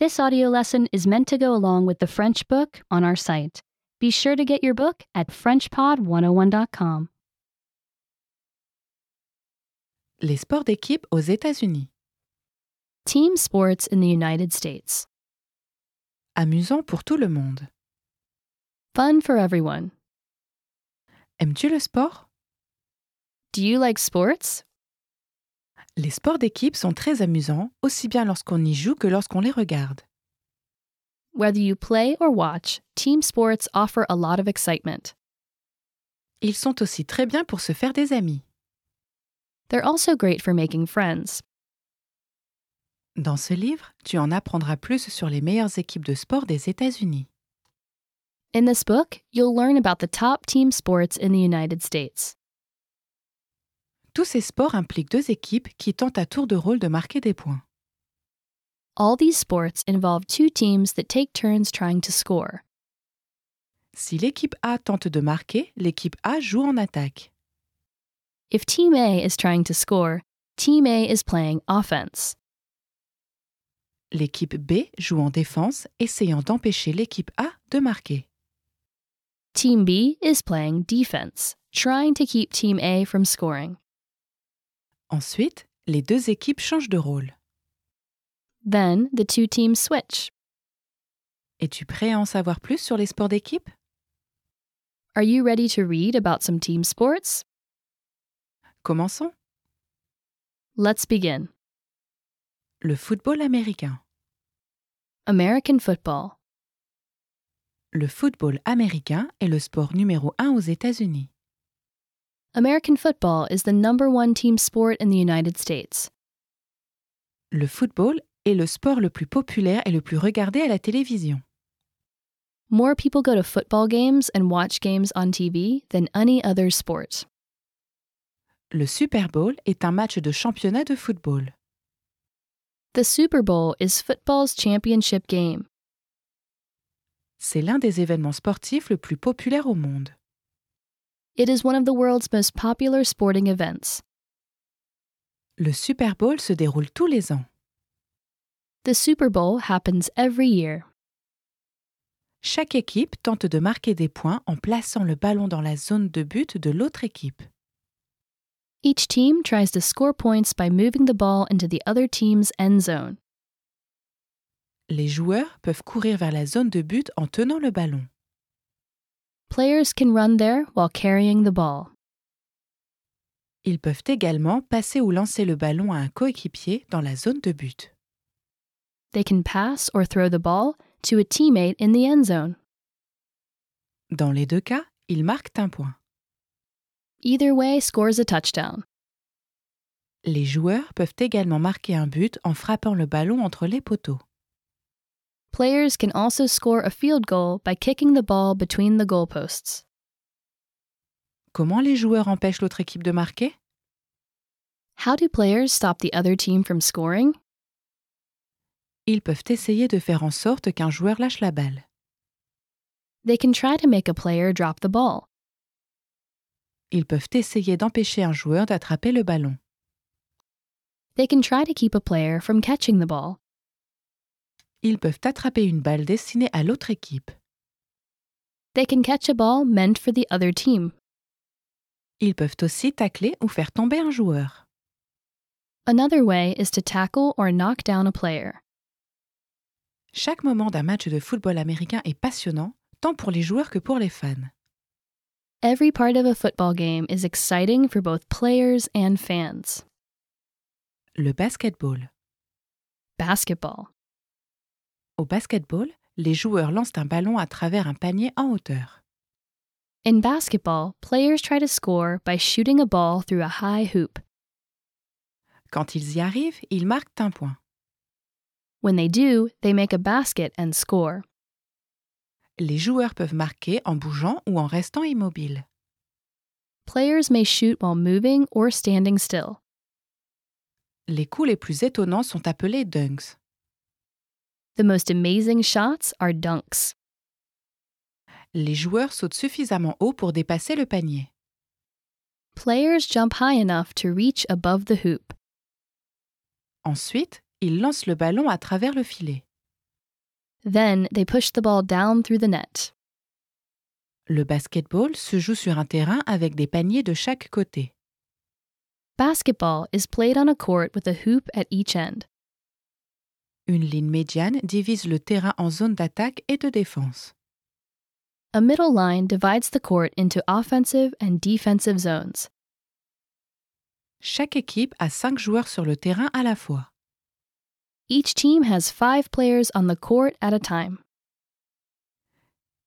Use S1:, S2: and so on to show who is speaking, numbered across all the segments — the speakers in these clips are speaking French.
S1: This audio lesson is meant to go along with the French book on our site. Be sure to get your book at FrenchPod101.com.
S2: Les sports d'équipe aux États-Unis.
S1: Team sports in the United States.
S2: Amusant pour tout le monde.
S1: Fun for everyone.
S2: Aimes-tu le sport
S1: Do you like sports?
S2: Les sports d'équipe sont très amusants, aussi bien lorsqu'on y joue que lorsqu'on les regarde.
S1: Whether you play or watch, team sports offer a lot of excitement.
S2: Ils sont aussi très bien pour se faire des amis.
S1: They're also great for making friends.
S2: Dans ce livre, tu en apprendras plus sur les meilleures équipes de sport des États-Unis.
S1: In this book, you'll learn about the top team sports in the United States.
S2: Tous ces sports impliquent deux équipes qui tentent à tour de rôle de marquer des points.
S1: All these sports involve two teams that take turns trying to score.
S2: Si l'équipe A tente de marquer, l'équipe A joue en attaque.
S1: If Team A is trying to score, Team A is playing offense.
S2: L'équipe B joue en défense, essayant d'empêcher l'équipe A de marquer.
S1: Team B is playing defense, trying to keep Team A from scoring.
S2: Ensuite, les deux équipes changent de rôle.
S1: Then the two teams switch.
S2: Es-tu prêt à en savoir plus sur les sports d'équipe
S1: Are you ready to read about some team sports?
S2: Commençons.
S1: Let's begin.
S2: Le football américain.
S1: American football.
S2: Le football américain est le sport numéro un aux États-Unis.
S1: American football is the number one team sport in the United States.
S2: Le football est le sport le plus populaire et le plus regardé à la télévision.
S1: More people go to football games and watch games on TV than any other sport.
S2: Le Super Bowl est un match de championnat de football.
S1: The Super Bowl is football's championship game.
S2: C'est l'un des événements sportifs le plus populaire au monde.
S1: It is one of the world's most popular sporting events.
S2: Le Super Bowl se déroule tous les ans.
S1: The Super Bowl happens every year.
S2: Chaque équipe tente de marquer des points en plaçant le ballon dans la zone de but de l'autre équipe.
S1: Each team tries to score points by moving the ball into the other team's end zone.
S2: Les joueurs peuvent courir vers la zone de but en tenant le ballon.
S1: Players can run there while carrying the ball.
S2: Ils peuvent également passer ou lancer le ballon à un coéquipier dans la zone de but.
S1: They can pass or throw the ball to a teammate in the end zone.
S2: Dans les deux cas, ils marquent un point.
S1: Either way scores a touchdown.
S2: Les joueurs peuvent également marquer un but en frappant le ballon entre les poteaux.
S1: Players can also score a field goal by kicking the ball between the goalposts.
S2: Comment les joueurs empêchent l'autre équipe de marquer
S1: How do players stop the other team from scoring?
S2: Ils peuvent essayer de faire en sorte qu'un joueur lâche la balle.
S1: They can try to make a player drop the ball.
S2: Ils peuvent essayer d'empêcher un joueur d'attraper le ballon.
S1: They can try to keep a player from catching the ball.
S2: Ils peuvent attraper une balle destinée à l'autre équipe.
S1: They can catch a ball meant for the other team.
S2: Ils peuvent aussi tacler ou faire tomber un joueur.
S1: Another way is to tackle or knock down a player.
S2: Chaque moment d'un match de football américain est passionnant, tant pour les joueurs que pour les fans.
S1: Every part of a football game is exciting for both players and fans.
S2: Le basketball.
S1: Basketball.
S2: Au basketball, les joueurs lancent un ballon à travers un panier en hauteur.
S1: In basketball, players try to score by shooting a ball through a high hoop.
S2: Quand ils y arrivent, ils marquent un point.
S1: When they do, they make a basket and score.
S2: Les joueurs peuvent marquer en bougeant ou en restant immobiles.
S1: Players may shoot while moving or standing still.
S2: Les coups les plus étonnants sont appelés dunks.
S1: The most amazing shots are dunks.
S2: Les joueurs sautent suffisamment haut pour dépasser le panier.
S1: Players jump high enough to reach above the hoop.
S2: Ensuite, ils lancent le ballon à travers le filet.
S1: Then they push the ball down through the net.
S2: Le basketball se joue sur un terrain avec des paniers de chaque côté.
S1: Basketball is played on a court with a hoop at each end.
S2: Une ligne médiane divise le terrain en zones d'attaque et de défense.
S1: A middle line divides the court into offensive and defensive zones.
S2: Chaque équipe a cinq joueurs sur le terrain à la fois.
S1: Each team has five players on the court at a time.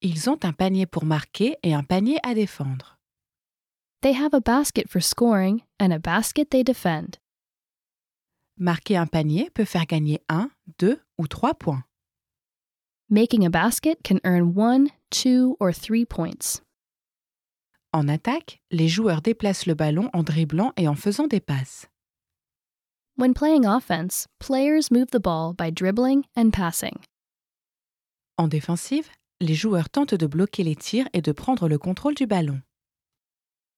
S2: Ils ont un panier pour marquer et un panier à défendre.
S1: They have a basket for scoring and a basket they defend.
S2: Marquer un panier peut faire gagner un, deux ou trois points.
S1: Making a basket can earn one, two, or three points.
S2: En attaque, les joueurs déplacent le ballon en dribblant et en faisant des passes.
S1: When playing offense, players move the ball by dribbling and passing.
S2: En défensive, les joueurs tentent de bloquer les tirs et de prendre le contrôle du ballon.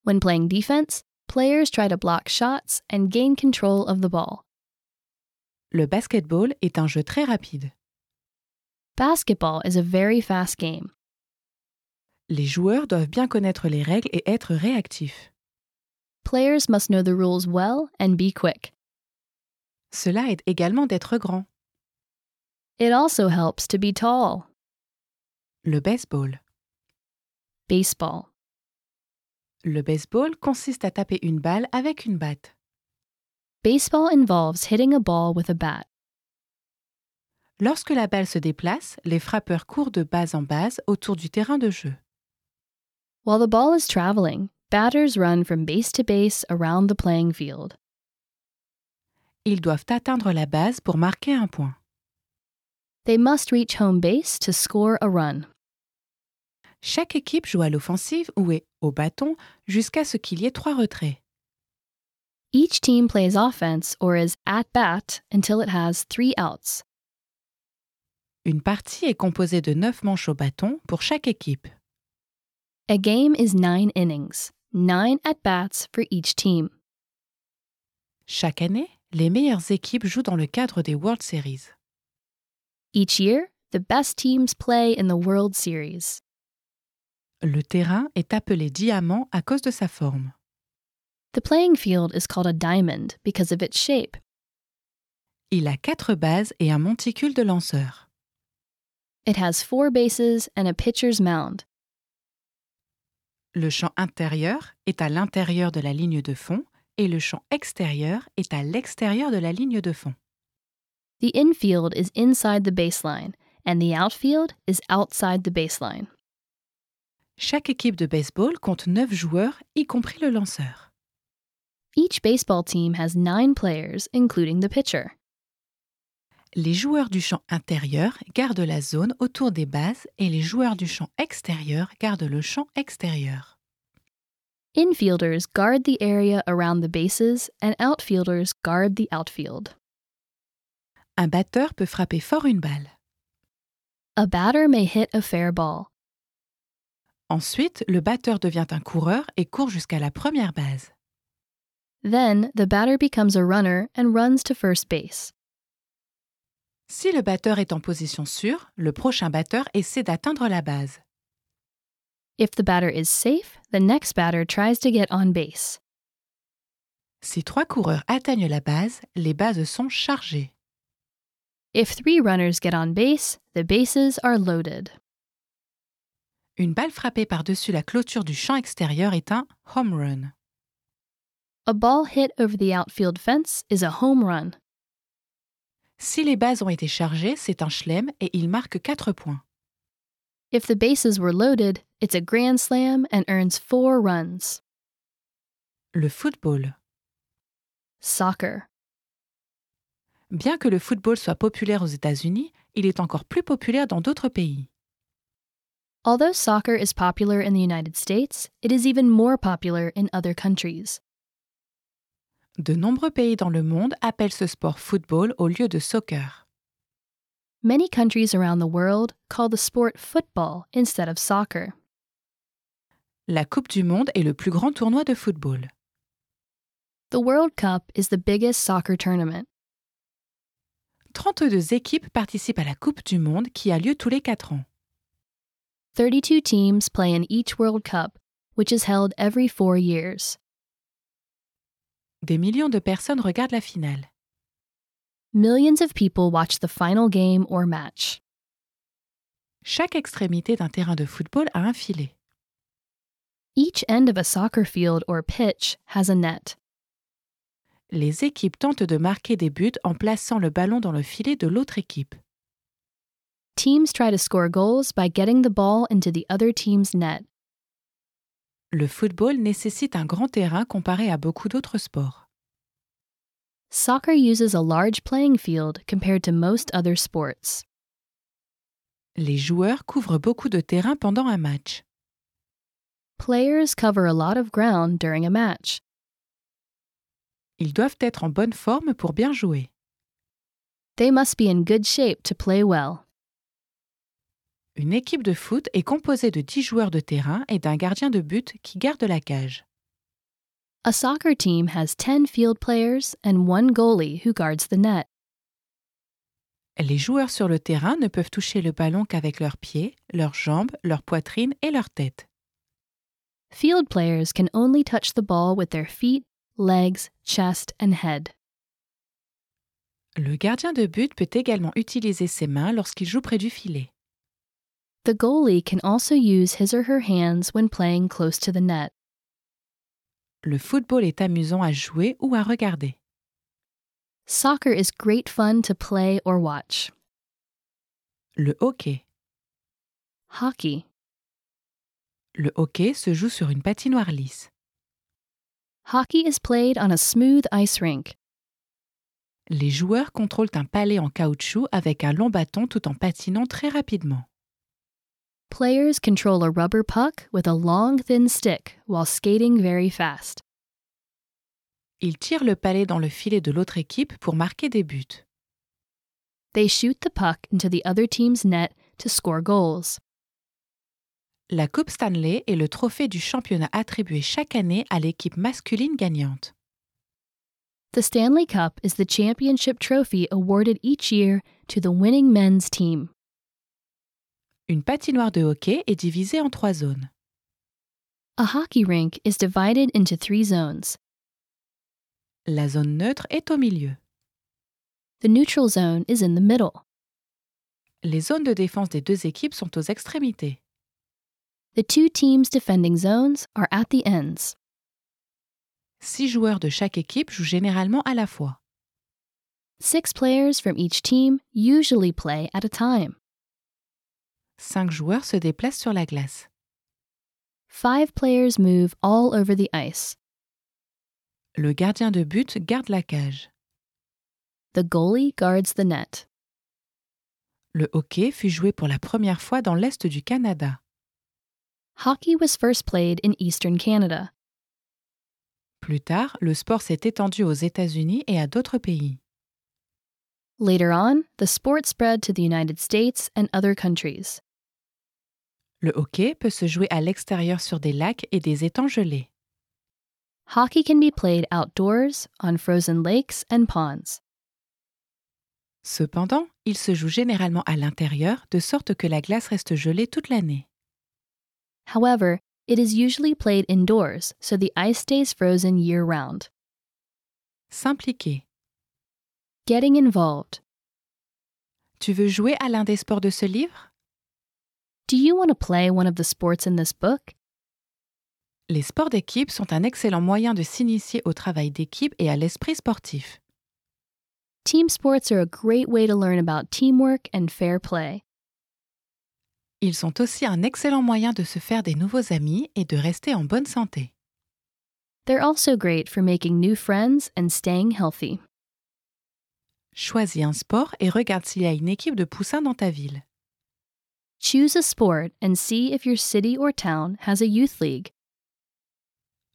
S1: When playing defense, players try to block shots and gain control of the ball.
S2: Le basketball est un jeu très rapide.
S1: Basketball is a very fast game.
S2: Les joueurs doivent bien connaître les règles et être réactifs.
S1: Players must know the rules well and be quick.
S2: Cela aide également d'être grand.
S1: It also helps to be tall.
S2: Le baseball.
S1: Baseball.
S2: Le baseball consiste à taper une balle avec une batte.
S1: Baseball involves hitting a ball with a bat.
S2: Lorsque la balle se déplace, les frappeurs courent de base en base autour du terrain de jeu.
S1: While the ball is traveling, batters run from base to base around the playing field.
S2: Ils doivent atteindre la base pour marquer un point.
S1: They must reach home base to score a run.
S2: Chaque équipe joue à l'offensive ou est au bâton jusqu'à ce qu'il y ait trois retraits.
S1: Each team plays offense or is at bat until it has three outs.
S2: Une partie est composée de 9 manches au bâton pour chaque équipe.
S1: A game is nine innings, nine at bats for each team.
S2: Chaque année, les meilleures équipes jouent dans le cadre des World Series.
S1: Each year, the best teams play in the World Series.
S2: Le terrain est appelé diamant à cause de sa forme.
S1: The playing field is called a diamond because of its shape.
S2: Il a quatre bases et un monticule de lanceurs.
S1: It has four bases and a pitcher's mound.
S2: Le champ intérieur est à l'intérieur de la ligne de fond et le champ extérieur est à l'extérieur de la ligne de fond.
S1: The infield is inside the baseline, and the outfield is outside the baseline.
S2: Chaque équipe de baseball compte 9 joueurs, y compris le lanceur.
S1: Each baseball team has nine players, including the pitcher.
S2: Les joueurs du champ intérieur gardent la zone autour des bases et les joueurs du champ extérieur gardent le champ extérieur.
S1: Infielders guard the area around the bases, and outfielders guard the outfield.
S2: Un batteur peut frapper fort une balle.
S1: A batter may hit a fair ball.
S2: Ensuite, le batteur devient un coureur et court jusqu'à la première base.
S1: Then the batter becomes a runner and runs to first base.
S2: Si le batteur est en position sûre, le prochain batteur essaie d'atteindre la base.
S1: If the batter is safe, the next batter tries to get on base.
S2: Si trois coureurs atteignent la base, les bases sont chargées.
S1: If three runners get on base, the bases are loaded.
S2: Une balle frappée par-dessus la clôture du champ extérieur est un home run.
S1: A ball hit over the outfield fence is a home run.
S2: Si les bases ont été chargées, c'est un chelem et il marque 4 points.
S1: If the bases were loaded, it's a grand slam and earns four runs.
S2: Le football.
S1: Soccer.
S2: Bien que le football soit populaire aux États-Unis, il est encore plus populaire dans d'autres pays.
S1: Although soccer is popular in the United States, it is even more popular in other countries.
S2: De nombreux pays dans le monde appellent ce sport football au lieu de soccer.
S1: Many countries around the world call the sport football instead of soccer.
S2: La Coupe du Monde est le plus grand tournoi de football.
S1: The World Cup is the biggest soccer tournament.
S2: 32 équipes participent à la Coupe du Monde qui a lieu tous les 4 ans.
S1: 32 teams play in each World Cup, which is held every four years.
S2: Des millions de personnes regardent la finale.
S1: Millions of people watch the final game or match.
S2: Chaque extrémité d'un terrain de football a un filet.
S1: Each end of a soccer field or pitch has a net.
S2: Les équipes tentent de marquer des buts en plaçant le ballon dans le filet de l'autre équipe.
S1: Teams try to score goals by getting the ball into the other team's net.
S2: Le football nécessite un grand terrain comparé à beaucoup d'autres sports.
S1: Soccer uses a large playing field compared to most other sports.
S2: Les joueurs couvrent beaucoup de terrain pendant un match.
S1: Players cover a lot of ground during a match.
S2: Ils doivent être en bonne forme pour bien jouer.
S1: They must be in good shape to play well.
S2: Une équipe de foot est composée de 10 joueurs de terrain et d'un gardien de but qui garde la cage.
S1: A soccer team has 10 field players and one goalie who guards the net.
S2: Les joueurs sur le terrain ne peuvent toucher le ballon qu'avec leurs pieds, leurs jambes, leur poitrine et leur tête.
S1: Field players can only touch the ball with their feet, legs, chest, and head.
S2: Le gardien de but peut également utiliser ses mains lorsqu'il joue près du filet.
S1: The goalie can also use his or her hands when playing close to the net.
S2: Le football est amusant à jouer ou à regarder.
S1: Soccer is great fun to play or watch.
S2: Le hockey.
S1: Hockey.
S2: Le hockey se joue sur une patinoire lisse.
S1: Hockey is played on a smooth ice rink.
S2: Les joueurs contrôlent un palais en caoutchouc avec un long bâton tout en patinant très rapidement.
S1: Players control a rubber puck with a long, thin stick while skating very fast.
S2: Ils tirent le palais dans le filet de l'autre équipe pour marquer des buts.
S1: They shoot the puck into the other team's net to score goals.
S2: La Coupe Stanley est le trophée du championnat attribué chaque année à l'équipe masculine gagnante.
S1: The Stanley Cup is the championship trophy awarded each year to the winning men's team.
S2: Une patinoire de hockey est divisée en trois zones.
S1: A hockey rink is divided into three zones.
S2: La zone neutre est au milieu.
S1: The neutral zone is in the middle.
S2: Les zones de défense des deux équipes sont aux extrémités.
S1: The two teams' defending zones are at the ends.
S2: Six joueurs de chaque équipe jouent généralement à la fois.
S1: Six players from each team usually play at a time.
S2: Cinq joueurs se déplacent sur la glace.
S1: Five players move all over the ice.
S2: Le gardien de but garde la cage.
S1: The goalie guards the net.
S2: Le hockey fut joué pour la première fois dans l'Est du Canada.
S1: Hockey was first played in eastern Canada.
S2: Plus tard, le sport s'est étendu aux États-Unis et à d'autres pays.
S1: Later on, the sport spread to the United States and other countries.
S2: Le hockey peut se jouer à l'extérieur sur des lacs et des étangs gelés.
S1: Hockey can be played outdoors, on frozen lakes and ponds.
S2: Cependant, il se joue généralement à l'intérieur, de sorte que la glace reste gelée toute l'année.
S1: However, it is usually played indoors, so the ice stays frozen year round.
S2: S'impliquer.
S1: Getting involved.
S2: Tu veux jouer à l'un des sports de ce livre
S1: Do you want to play one of the sports in this book?
S2: Les sports d'équipe sont un excellent moyen de s'initier au travail d'équipe et à l'esprit sportif.
S1: Team sports are a great way to learn about teamwork and fair play.
S2: Ils sont aussi un excellent moyen de se faire des nouveaux amis et de rester en bonne santé.
S1: They're also great for making new friends and staying healthy.
S2: Choisis un sport et regarde s'il y a une équipe de poussins dans ta ville.
S1: Choose a sport and see if your city or town has a youth league.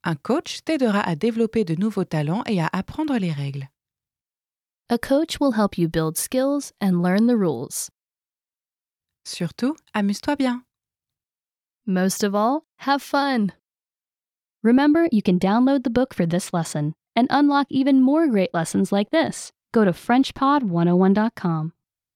S2: Un coach t'aidera à développer de nouveaux talents et à apprendre les règles.
S1: A coach will help you build skills and learn the rules.
S2: Surtout, amuse-toi bien.
S1: Most of all, have fun.
S3: Remember, you can download the book for this lesson and unlock even more great lessons like this
S1: oh Go to FrenchPod101.com.